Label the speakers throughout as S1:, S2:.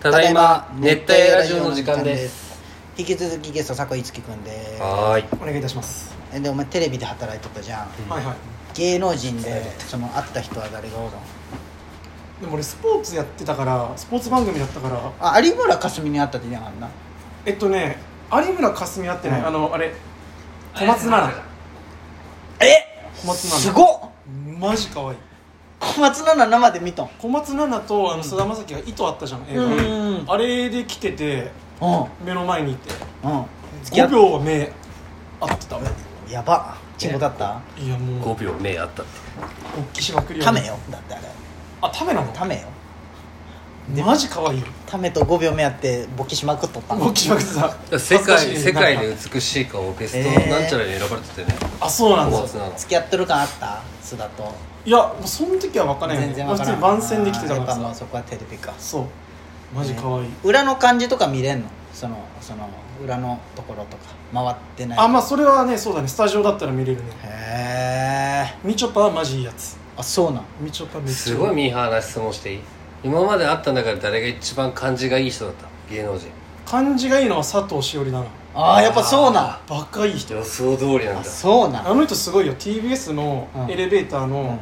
S1: ただいま熱帯ラジオの時間です
S2: 引き続きゲスト坂井樹くんです
S1: はーい
S3: お願いいたします、
S2: えでお前テレビで働いとったじゃん
S3: はいはい
S2: 芸能人でその会った人は誰がおるの
S3: でも俺スポーツやってたからスポーツ番組だったから
S2: あ有村架純に会ったって言いながらな
S3: えっとね有村架純あってね、
S2: うん
S3: あのあれ小松菜奈
S2: え
S3: 小松菜奈
S2: すごっ
S3: マジ可愛い
S2: 小松菜奈生で見たん
S3: 小松菜奈とあの菅田将暉が「糸あったじゃん映画、
S2: うん
S3: あれで来てて
S2: うん
S3: 目の前にいて
S2: うん
S1: 付き合っ
S3: 5秒は目合ってた
S2: やばチンコだった
S3: いやも
S1: 5
S3: う
S1: 秒目あったって
S3: 勃起しまくり
S2: ためよだってあれ
S3: あためなの
S2: ためよ
S3: マジ可愛いよ
S2: ためと5秒目あって勃起しまくっとった
S3: 勃起しまくってた
S1: 世
S3: 恥ずか
S1: 界
S3: しい
S1: 世界
S3: な
S1: で
S3: んか
S1: 美しい顔ベスト
S2: えー
S1: なんちゃらに選ばれててね
S3: あそうなん
S1: 小
S3: だ
S1: 松菜奈
S2: 付き合ってる感あった須田と
S3: いやもうその時は分からない
S2: 全然わからん
S3: 普通に番宣で来てた
S2: や
S3: か
S2: っ
S3: ら
S2: ぱもう
S3: さ
S2: そこはテレビか
S3: そうマジ可愛い、
S2: ね裏の感じとか見れんのそのその裏のところとか回ってない
S3: あまあそれはねそうだねスタジオだったら見れるね
S2: へえ
S3: みちょぱはマジいいやつ
S2: あそうなん
S3: みちょぱめっちゃ
S1: すごいミーハーな質問していい今まで会った中で誰が一番感じがいい人だった芸能人
S3: 感じがいいのは佐藤しおりだな
S2: あーやっぱそうなん
S3: バカいい人
S1: 予想通りなん
S2: あ
S1: だ
S2: そうなん
S3: あの人すごいよ TBS の
S2: うん
S3: エレベーターの、
S2: うん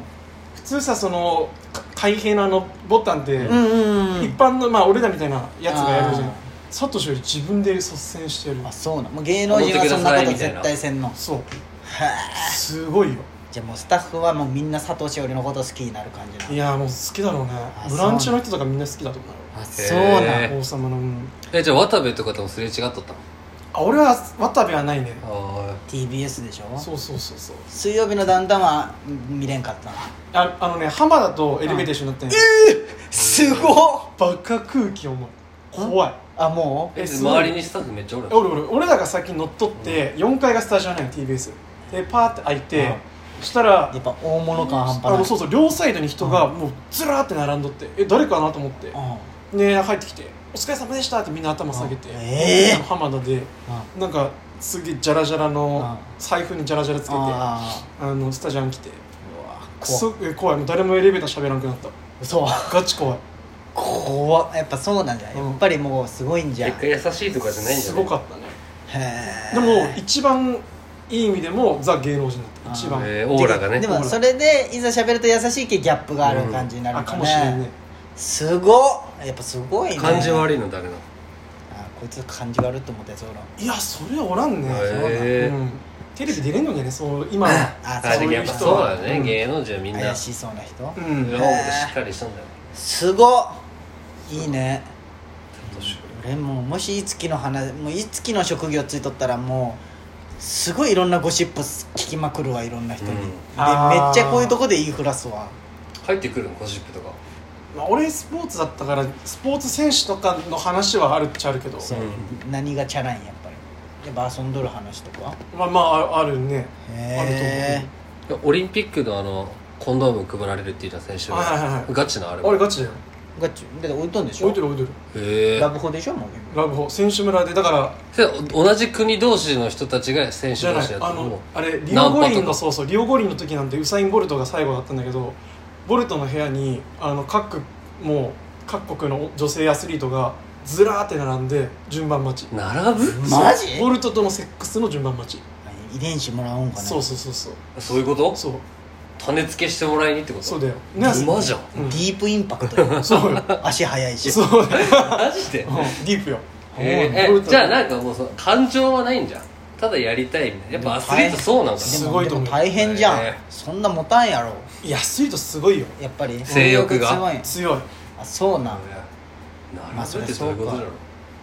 S3: 普通さそのか開閉のあのボタンって、
S2: うんうんう
S3: 一
S2: ん
S3: 般のまあ俺らみたいなやつがやるじゃ
S2: あ
S3: ん佐藤しおり自分で率先してる
S2: あそうなんもう芸能人はそんなこと絶対せんの
S3: そう
S2: へえ
S3: すごいよ
S2: じゃあもうスタッフはもうみんな佐藤しおりのこと好きになる感じない
S3: やもう好きだろうね
S2: あ
S3: ブランチの人とかみんな好きだと思うよ
S2: あ
S1: へえ
S2: そうなん
S1: え
S3: 王様の、うん
S1: えじゃあ渡部とかともすれ違っとったの
S3: あ俺は渡部はないね
S1: あ
S2: TBS でしょ
S3: そうそうそうそう
S2: 水曜日の段々はん見れんかったな
S3: ああのね浜田とエレベーター一緒になってね、
S2: すごっ
S3: バカ空気重い怖い
S2: あも
S1: え
S3: えすごい
S1: 周りにスタッフめっちゃおる
S3: え俺俺俺らが先に乗っ取って、4階がスタジオなのよ TBS でパーって開いて、
S2: うん
S3: そしたら
S2: うやっぱ大物感半
S3: あの
S2: 端
S3: そ
S2: ないう
S3: そう両サイドに人がもうずらーって並んどって、え誰かなと思って、
S2: うん
S3: ね入ってきて「お疲れ様でした」ってみんな頭下げて、
S2: うんえー
S3: あの浜田で
S2: うん
S3: なんかすげえジャラジャラの
S2: う
S3: 財布にジャラジャラつけてあ
S2: あ
S3: のスタジオに来て
S2: ーうわ
S3: くそえ怖いもう誰もエレベーター喋らなくなった
S2: そう
S3: ガチ怖い
S2: 怖っやっぱそうなんじゃない、
S3: うん
S2: やっぱりもうすごいんじゃん
S1: 結果優しいとかじゃないんじゃ
S3: す
S1: ない
S3: ごかったね
S2: へー
S3: でも一番いい意味でもザ芸能人だった一
S2: た
S3: 番
S1: えーオーラがね
S2: でもそれでいざ喋ると優しいけギャップがある感じにな
S3: あ
S2: るか
S3: からもしれない
S2: ね,、
S3: ね
S2: すごっやっぱすごいね
S1: 感じ
S2: い
S1: 悪いの誰なの
S2: あこいつ感じ悪いと思ったやつおらん
S3: いやそれおらんね、
S1: へー
S3: うん、テレビ出れんのにねそう今の
S2: あ
S1: あ
S2: そう
S1: でも
S2: い
S1: や
S2: う
S1: っぱ
S2: 人
S1: そうだね、
S3: うん
S1: 芸能人はみんな
S2: 怪しそうな人
S3: うん
S1: 裏表しっかりしたんだよね
S2: すごっいいね
S1: 年上
S2: 俺もうもしいつきの話もういつきの職業ついとったらもうすごいいろんなゴシップ聞きまくるわいろんな人に、
S1: うん
S2: でめっ
S3: あー
S2: ちゃこういうとこで言いふらすわ
S1: 入ってくるのゴシップとか
S3: まあ、俺スポーツだったからスポーツ選手とかの話はあるっちゃあるけど
S2: そう、
S1: うん
S2: 何がチャラいんやっぱりやっぱ遊んどる話とか
S3: まあまああるね
S2: へ
S1: オリンピックのあのコンドーム配られるって言った選手
S3: はいはいはい
S1: ガチなあ
S3: あ
S1: れ
S3: ると思うあれガチだよ
S2: えガチだって置いとんでしょ
S3: 置いてる置いてる
S1: へえ
S2: ラブホでしょもう
S3: ラブホ選手村でだから
S1: それ同じ国同士の人たちが選手
S3: じゃ
S1: 同
S3: ない
S1: 士やった
S3: あ
S1: の
S3: の
S1: も
S3: あれリオ五
S1: ナンパ
S3: 輪
S1: とか
S3: のそうそうリオ五輪の時なんてウサイン・ボルトが最後だったんだけどボルトの部屋にあの各もう各国の女性アスリートがずらーって並んで順番待ち
S1: 並ぶ
S2: マジ
S3: ボルトとのセックスの順番待ち
S2: 遺伝子もらおうんかな
S3: そうそうそうそう
S1: そういうこと
S3: そう
S1: 種付けしてもらいにってこと
S3: そうだよ
S1: うま じゃん
S3: うん
S2: ディープインパクトよ
S3: そうよ
S2: 足速いし
S3: そうだよ
S1: マジで
S3: うんディープよ
S1: え
S3: ボ
S1: え
S3: ルト
S1: じゃあなんかもうその感情はないんじゃんただやりたいみたいなやっぱアスリートそうなんか
S2: でも
S3: すごいと思う
S2: でも大変じゃん、
S1: ね
S2: そんな持たんやろ
S3: いやアスリートすごいよ
S2: やっぱり
S1: 性欲が
S2: 強いん
S3: 強い
S2: あそうなん
S1: ななる
S2: まあ
S1: ほ
S2: そ
S1: ど
S2: れ
S1: ってどういうことだろ
S2: そうう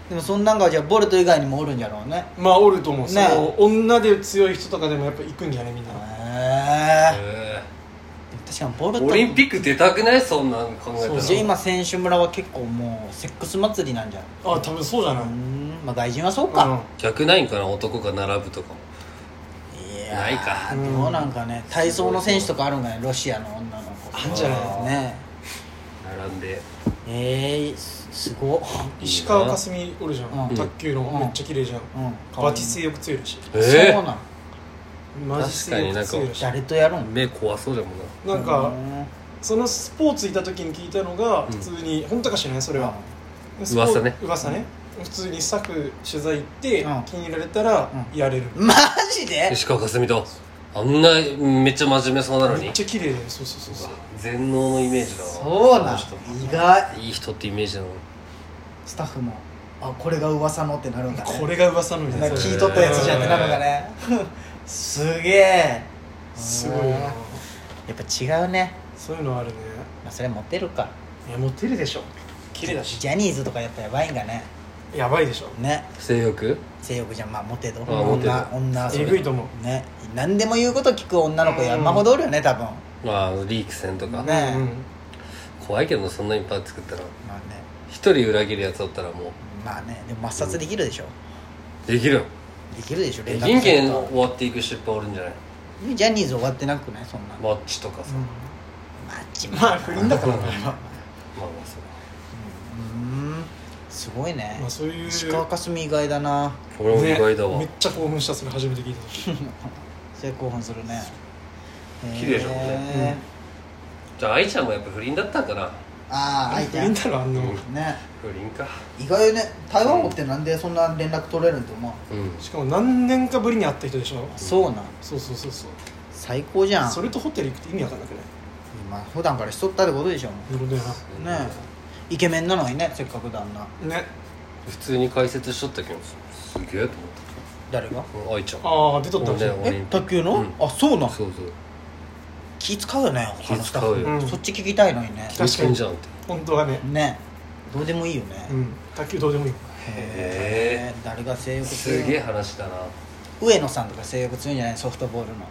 S2: でもそんなんがじゃあボルト以外にもおるんじゃろうね
S3: まあおると思う、
S2: ね
S3: その女で強い人とかでもやっぱ行くんじゃねみんな
S2: へえ
S1: へ
S2: 確かにボル
S1: え
S2: ト
S1: オリンピック出たくないそんなん考えた
S3: そう
S1: ら
S2: じゃあ今選手村は結構もうセックス祭りなんじゃん
S3: あ多分そうじゃな
S2: う
S3: い、うん
S2: んまあ外人はそうか、
S1: 逆ないんかな男が並ぶとかも
S2: いやー
S1: ないか
S2: どうなんかね体操の選手とかあるんかねロシアの女の子
S3: あんじゃない
S2: ね
S1: 並んで
S2: ええー、すすごっ
S3: 石川佳純おるじゃん、
S2: うん
S3: 卓球の、
S2: うん
S3: めっちゃ綺麗じゃん、
S2: うん
S3: バティ性欲強いらしい
S2: えそう
S1: え
S2: なん
S3: マジ性欲強いらしい
S2: 誰とやるん
S1: 目怖そうだもんな
S3: なんか
S2: うん
S3: そのスポーツいた時に聞いたのが
S1: うん
S3: 普通に、本当かしらねそれは、スポーツ
S1: 噂ね
S3: 噂ね普通にスタッフ取材行って、
S2: うん
S3: 気に入られたら
S2: うん
S3: やれる、
S2: マジで
S1: 石川佳純とあんなめっちゃ真面目そうなの
S3: め
S1: に
S3: っちゃ綺麗でそうそうそうそう
S1: 全能のイメージだわ
S2: そうなん
S1: この
S2: 意外
S1: 人いい人ってイメージなの
S2: スタッフもあこれが噂のってなるんだね
S3: これが噂のみたい
S2: な
S3: なん
S2: か聞いとったやつじゃんってなるのがねすげえ
S3: すごい
S2: や
S3: な
S2: っぱ違うね、
S3: そういうのあるね
S2: まあ、それモテるか
S3: いやモテるでしょ綺麗だし
S2: ジャニーズとかやっぱやばいんだね
S3: やばいでしょ
S2: ね
S1: 性欲
S2: 性欲じゃんまあモテど
S1: あモテる
S2: 女女遊
S3: え
S2: び
S3: ぐいと思う
S2: ね何でも言うこと聞く女の子山ほどおるよね多分
S1: まあリーク戦とか
S2: ねえ
S3: うん
S1: 怖いけどなそんないっぱい作ったら
S2: まあね
S1: 一人裏切るやつだったらも
S2: まあねでも抹殺できるでしょ、
S1: うできるよ
S2: できるでしょ連絡
S1: 人
S2: する
S1: 間
S2: と
S1: 終わっていく出版おるんじゃない
S2: ジャニーズ終わってなくないそんな
S1: マッチとかさ、ま
S2: マッチ
S3: まあ不倫だからな
S1: あまあそう
S2: うんすごいね、
S3: まあそういう
S2: 石川佳純意外だな
S1: 俺も意外だわ、
S3: ねめっちゃ興奮したそれ初めて聞いた時
S2: それ興奮するね
S1: 綺麗じゃん
S2: へー
S1: じゃあ愛ちゃんもやっぱ不倫だったんかな
S2: ああ相手
S3: 見たらあんなもん
S2: ね
S1: 不倫か
S2: 意外よね台湾語ってなんでそんな連絡取れるんって思う
S1: うん
S3: しかも何年かぶりに会った人でしょ
S2: そうなん
S3: そうそうそうそう
S2: 最高じゃん
S3: それとホテル行くって意味わかんなくない
S2: まあ普段からしとったってことでしょも
S3: なるほどや
S2: うねえイケメンなのにねせっかく旦那
S3: なね
S1: 普通に解説しとったけどすげえと
S2: 誰が
S1: 思った愛ちゃん
S3: ああ出とったんじゃん
S1: 俺
S2: え卓球の、
S1: うん
S2: あそうなん
S1: そうそう
S2: 気使うよね他のスタッフ
S1: 気使
S3: うよ
S2: うんそっち聞きたいのにね
S3: 確かに
S1: 確かにじゃんって
S3: 本当はね
S2: ねどうでもいいよね、
S3: うん卓球どうでもいい
S1: へえ
S2: 誰が性欲強い
S1: すげえ話だな
S2: 上野さんとか性欲強いんじゃないソフトボールの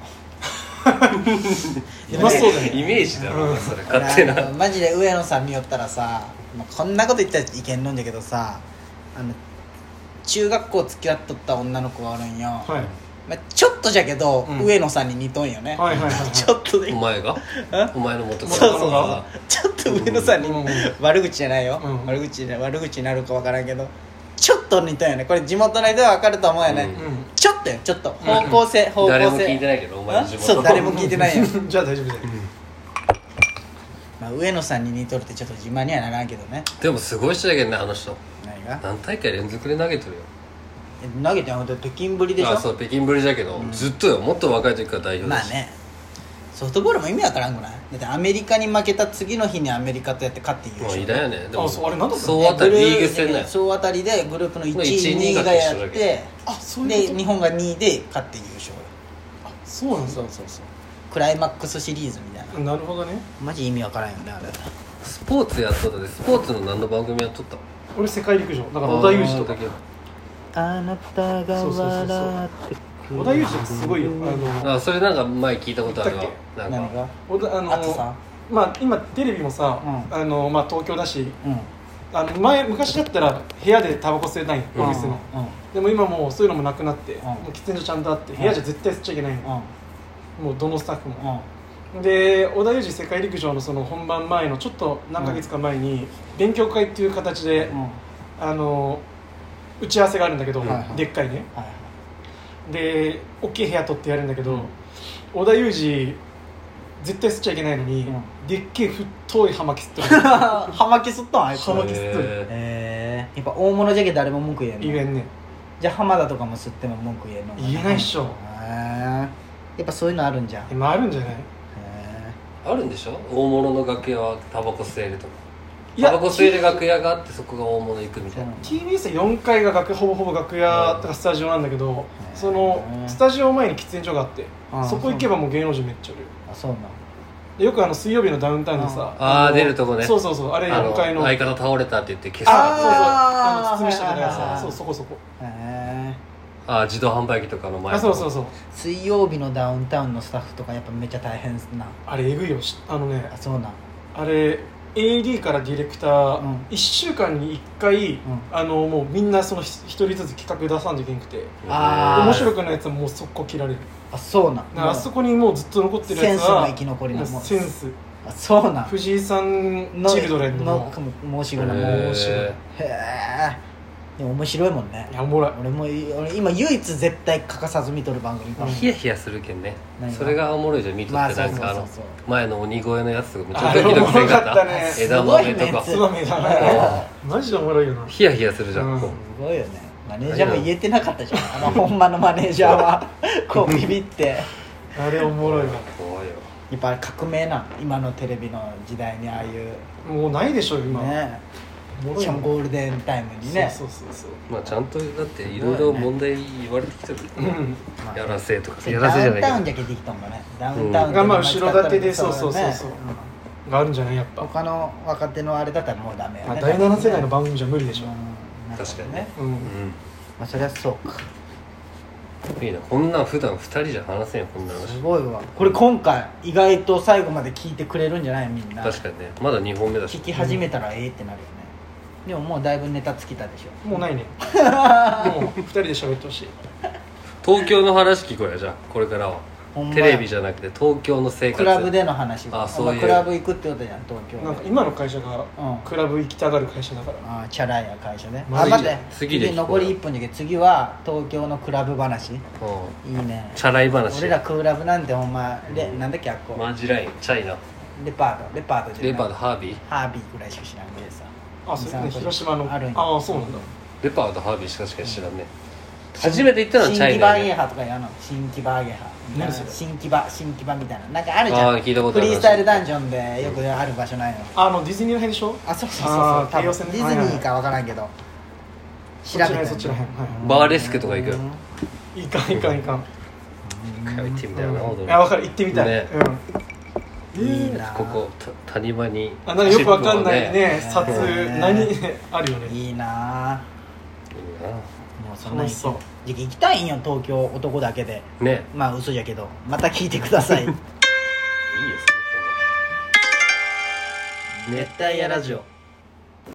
S3: うまそうだね
S1: イメージだろ、
S3: うん
S1: それ勝手
S2: あ
S1: な
S2: のマジで上野さん見よったらさ、まあこんなこと言ったらいけんのんじゃけどさあの中学校付き合っとった女の子がおるんよ、
S3: はい
S2: まあ、ちょっとじゃけど、
S3: うん
S2: 上野さんに似とんよね、
S3: はいはいはいはい
S2: ちょっとで
S1: お前がお前の元
S2: そうそう
S3: 元
S2: そう
S3: が
S2: ちょっと上野さんに、
S3: うんうん
S2: 悪口じゃないよ、
S3: うん
S2: 悪口じゃ悪口になるか分からんけどちょっと似たよねこれ地元の人は分かると思うよね、
S1: うん
S3: う
S2: ちょっとよちょっと方向性、方向性
S1: 誰も聞いてないけどお前の地
S2: あ
S1: 元
S2: そう誰も聞いてないよ、
S3: ん じゃあ大丈夫だよ
S2: まあ、上野さんに似とるってちょっと自慢にはならんけどね
S1: でもすごい人だけどねあの人
S2: 何が
S1: 何大会連続で投げてるよ
S2: え投げてんほんと北京ぶりでしょ
S1: あそう北京ぶりだけど、ずっとよもっと若い時から代表だ
S2: まあ
S1: し、
S2: ねソフトボールも意味わからんくないだってアメリカに負けた次の日にアメリカとやって勝って優
S1: まあ
S2: 勝
S1: 偉大やねで
S3: あそうあれなんだったの
S1: 総当たり
S2: で
S1: リ
S2: グル
S1: ーグ戦だよ
S2: 総当たりでグループの1位
S1: まあ一位
S2: 2位がやっ
S1: 二位が決
S2: て
S3: あそういう
S2: で
S3: こと
S2: 日本が2位で勝って優勝よ
S3: あそうなんだ
S2: そうそうクライマックスシリーズみたいな
S3: なるほどね
S2: マジ意味わからんよねあれ
S1: スポーツやっとったでスポーツの何の番組やっとった
S3: 俺世界陸上だから織田裕二とか
S2: あなたが
S3: そうそうそう
S2: 笑って
S3: 織田裕二とかすごいよあの
S1: あそれなんか前聞いたことあるわ
S3: 言っ
S1: なん
S2: 何
S1: か
S2: が
S3: 織田あ
S2: あとさ
S3: のまあ今テレビもさ
S2: う
S3: あのまあ東京だし
S2: うん
S3: あの前昔だったら部屋でタバコ吸えない
S1: うん
S3: お店の
S2: うん
S3: でも今もうそういうのもなくなって
S2: ん
S3: もう喫煙所ちゃんとあって
S2: ん
S3: 部屋じゃ絶対吸っちゃいけないの
S2: う
S3: もうどのスタッフも
S2: んうん
S3: で織田裕二世界陸上のその本番前のちょっと何ヶ月か前に勉強会っていう形で
S2: うん
S3: あの打ち合わせがあるんだけど
S1: はい
S2: はい
S3: でっかいね
S2: はい
S3: で大きい部屋取ってやるんだけど、
S2: うん
S3: 織田裕二絶対吸っちゃいけないのに、
S2: うん
S3: でっけえ太い葉巻吸って る
S2: はい葉巻吸ったんあいつ
S3: 葉巻吸ってる
S1: へ
S2: えー、やっぱ大物じゃけ誰も文句言えんの
S3: 言えんね
S2: じゃあ浜田とかも吸っても文句言えんの
S3: 言えないっしょ
S2: へえやっぱそういうのあるんじゃんへ
S3: 今あるんじゃない
S2: え
S1: ーあるんでしょ大物の楽屋はタバコ吸えるとか
S3: い
S1: タバコ吸える楽屋があってそこが大物行くみたいな
S3: TBS は4階が楽ほぼほぼ楽屋とかスタジオなんだけど、
S2: ん
S3: その
S2: うん
S3: スタジオ前に喫煙所があって、
S2: うん
S3: そこ行けばもう芸能人めっちゃいるよ
S2: あそうな
S3: でよくあの水曜日のダウンタウンでさ、
S1: うんあー
S3: の
S1: 出るとこね
S3: そうそうそうあれ
S1: あの
S3: 4階の
S1: 相方倒れたって言って消
S3: あ
S1: す
S3: そうそう
S2: あー
S3: あの包み下じゃない
S2: はいはいは
S3: さ
S2: い
S3: そうそこそこ
S2: のへえ
S1: あ自動販売機とかの前
S3: あそうそうそう
S2: 水曜日のダウンタウンのスタッフとかやっぱめっちゃ大変っすな
S3: あれえぐいよしあのね
S2: あそうなん
S3: あれ AD からディレクタ
S2: う
S3: ー
S2: ん、
S3: 一1週間に1回、
S2: ん
S3: あのもうみんなその一人ずつ企画出さんといけなくて
S2: あー
S3: 面白くないやつはもう速攻切られる
S2: あそうなん
S3: だからあそこにもうずっと残ってる
S2: セ
S3: や
S2: ン
S3: つ
S2: スの
S3: は
S2: 生き残りの
S3: も
S2: も
S3: う
S2: う
S3: センス
S2: あそうなん
S3: 藤井さんチルドレンの
S2: の申し子なもん
S1: へ
S2: へ
S1: ー
S2: えでも面白いもんね
S3: いやおもろい
S2: 俺も俺今唯一絶対欠かさず見とる番組かも
S1: ヒヤヒヤするけんね
S2: 何が
S1: それがおもろいじゃん見とってなん
S2: まあそうそう
S1: かあ
S2: そう
S1: の
S2: そう
S1: 前の鬼越のやつとかめっち
S3: あ
S1: ゃ
S3: れ
S1: ドキドキせんかっ
S3: おもろかった
S1: た
S3: ね
S1: 枝豆とか
S2: す
S3: つ
S2: ごい
S3: ま
S2: ね
S3: みだ
S1: あ
S3: ねマジでおもろいよな
S1: ヒヤヒヤするじゃん、こう
S3: うん
S2: すごいよねマネージャーも言えてなかったじゃんあのほんまのマネージャー はこうビビって
S3: あれおもろいわ
S1: 怖いよ
S2: やっぱ革命なの今のテレビの時代にああいう
S3: もうないでしょ今、
S2: ね
S3: おもろい
S2: しかもゴールデンタイムにね
S3: そうそうそうそ
S1: まあちゃんとだっていろいろ問題言われてきてる、
S3: ううん
S2: まあ
S1: やらせとか
S2: それ
S1: やらせじゃない
S2: ダウンタウン
S1: け
S2: じ
S1: ど
S2: ゃけできたんかねダウンタウン
S3: がまあ後ろ盾でそう
S2: だ
S3: そうそうそう
S2: ね
S3: があるんじゃないやっぱ
S2: 他の若手のあれだったらもうダメよ
S3: あ
S2: ね
S3: 第7世代の番組じゃ無理でしょ
S2: うん
S1: 確かにね
S3: うん
S2: まあそりゃそうか
S1: うんいいなこんなん普段二人じゃ話せんよこんな話
S2: すごいわこれ今回意外と最後まで聞いてくれるんじゃないみんな
S1: 確かにねまだ2本目だし
S2: 聞き始めたらええってなるよねでももうだいぶネタ尽きたでしょ
S3: もうな いねもう2人で喋ってほしい
S1: 東京の話聞こうやじゃあこれからは
S2: ほんま
S1: テ
S2: や
S1: レビじゃなくて東京の生活
S2: クラブでの話
S1: あそういう
S2: お前クラブ行くってことじゃん東京
S3: なんか
S2: で
S3: 今の会社が
S2: うん
S3: クラブ行きたがる会社だから
S2: ああチャラいや会社ね
S3: ま
S2: あ
S3: ずい
S2: 待っ
S3: じ
S2: て
S3: ゃん
S1: 次で聞こう
S2: 残り1分だけど次は東京のクラブ話い
S1: うん
S2: いね
S1: チャラい話
S2: 俺らクラブなんてほんまレなんだっけあっこ、
S1: マジラインチャイナ
S2: レパートレパートじゃない
S1: レバードハービー
S2: ハービーぐらいしか知らんけどさ
S3: あそういうね
S2: 23
S3: 広島の
S2: あるんや
S3: ああそうなんだ
S1: レバードハービーしかしか知らんね、初めて行ったのはチャ
S2: 新
S1: イ
S2: 規バ
S1: ナ
S2: ーゲー
S1: やね
S2: ハとかやの新規バーゲーハ
S3: 何それ
S2: 新規バ新規バみたいななんかあるじゃん
S1: あー聞いたことあ
S2: フ
S1: る
S2: リースタイルダンジョンでよくある場所ないの
S3: あのディズニーの辺でしょ
S2: あそうそうそうそう
S3: あ
S2: 多
S3: ー京
S2: 分
S3: 王
S2: デ
S3: 線
S2: ィ
S3: ね
S2: ズニーかわからんけど調べて
S3: そっちらへんそっちらへんはい
S1: バーレスクとか行くよ
S3: いかんいかんいかん
S1: 一回行ってみたいな
S3: うん
S1: 踊
S3: い
S1: り
S3: や分かる行ってみたい、
S1: ね
S3: うん
S2: いい
S3: えー
S2: な
S1: ここた谷間に
S3: あなんかよくわかんないね
S2: シップを
S3: 札
S2: ねうん
S3: 何あるよね
S2: いいな
S1: チップをね
S2: もうそんな
S3: 楽しそう
S2: じゃあ行きたいんよ東京男だけで
S1: いいなね
S2: まあ嘘じゃけどまた聞いてくださ い
S1: いいよその辺は熱帯夜ラジオ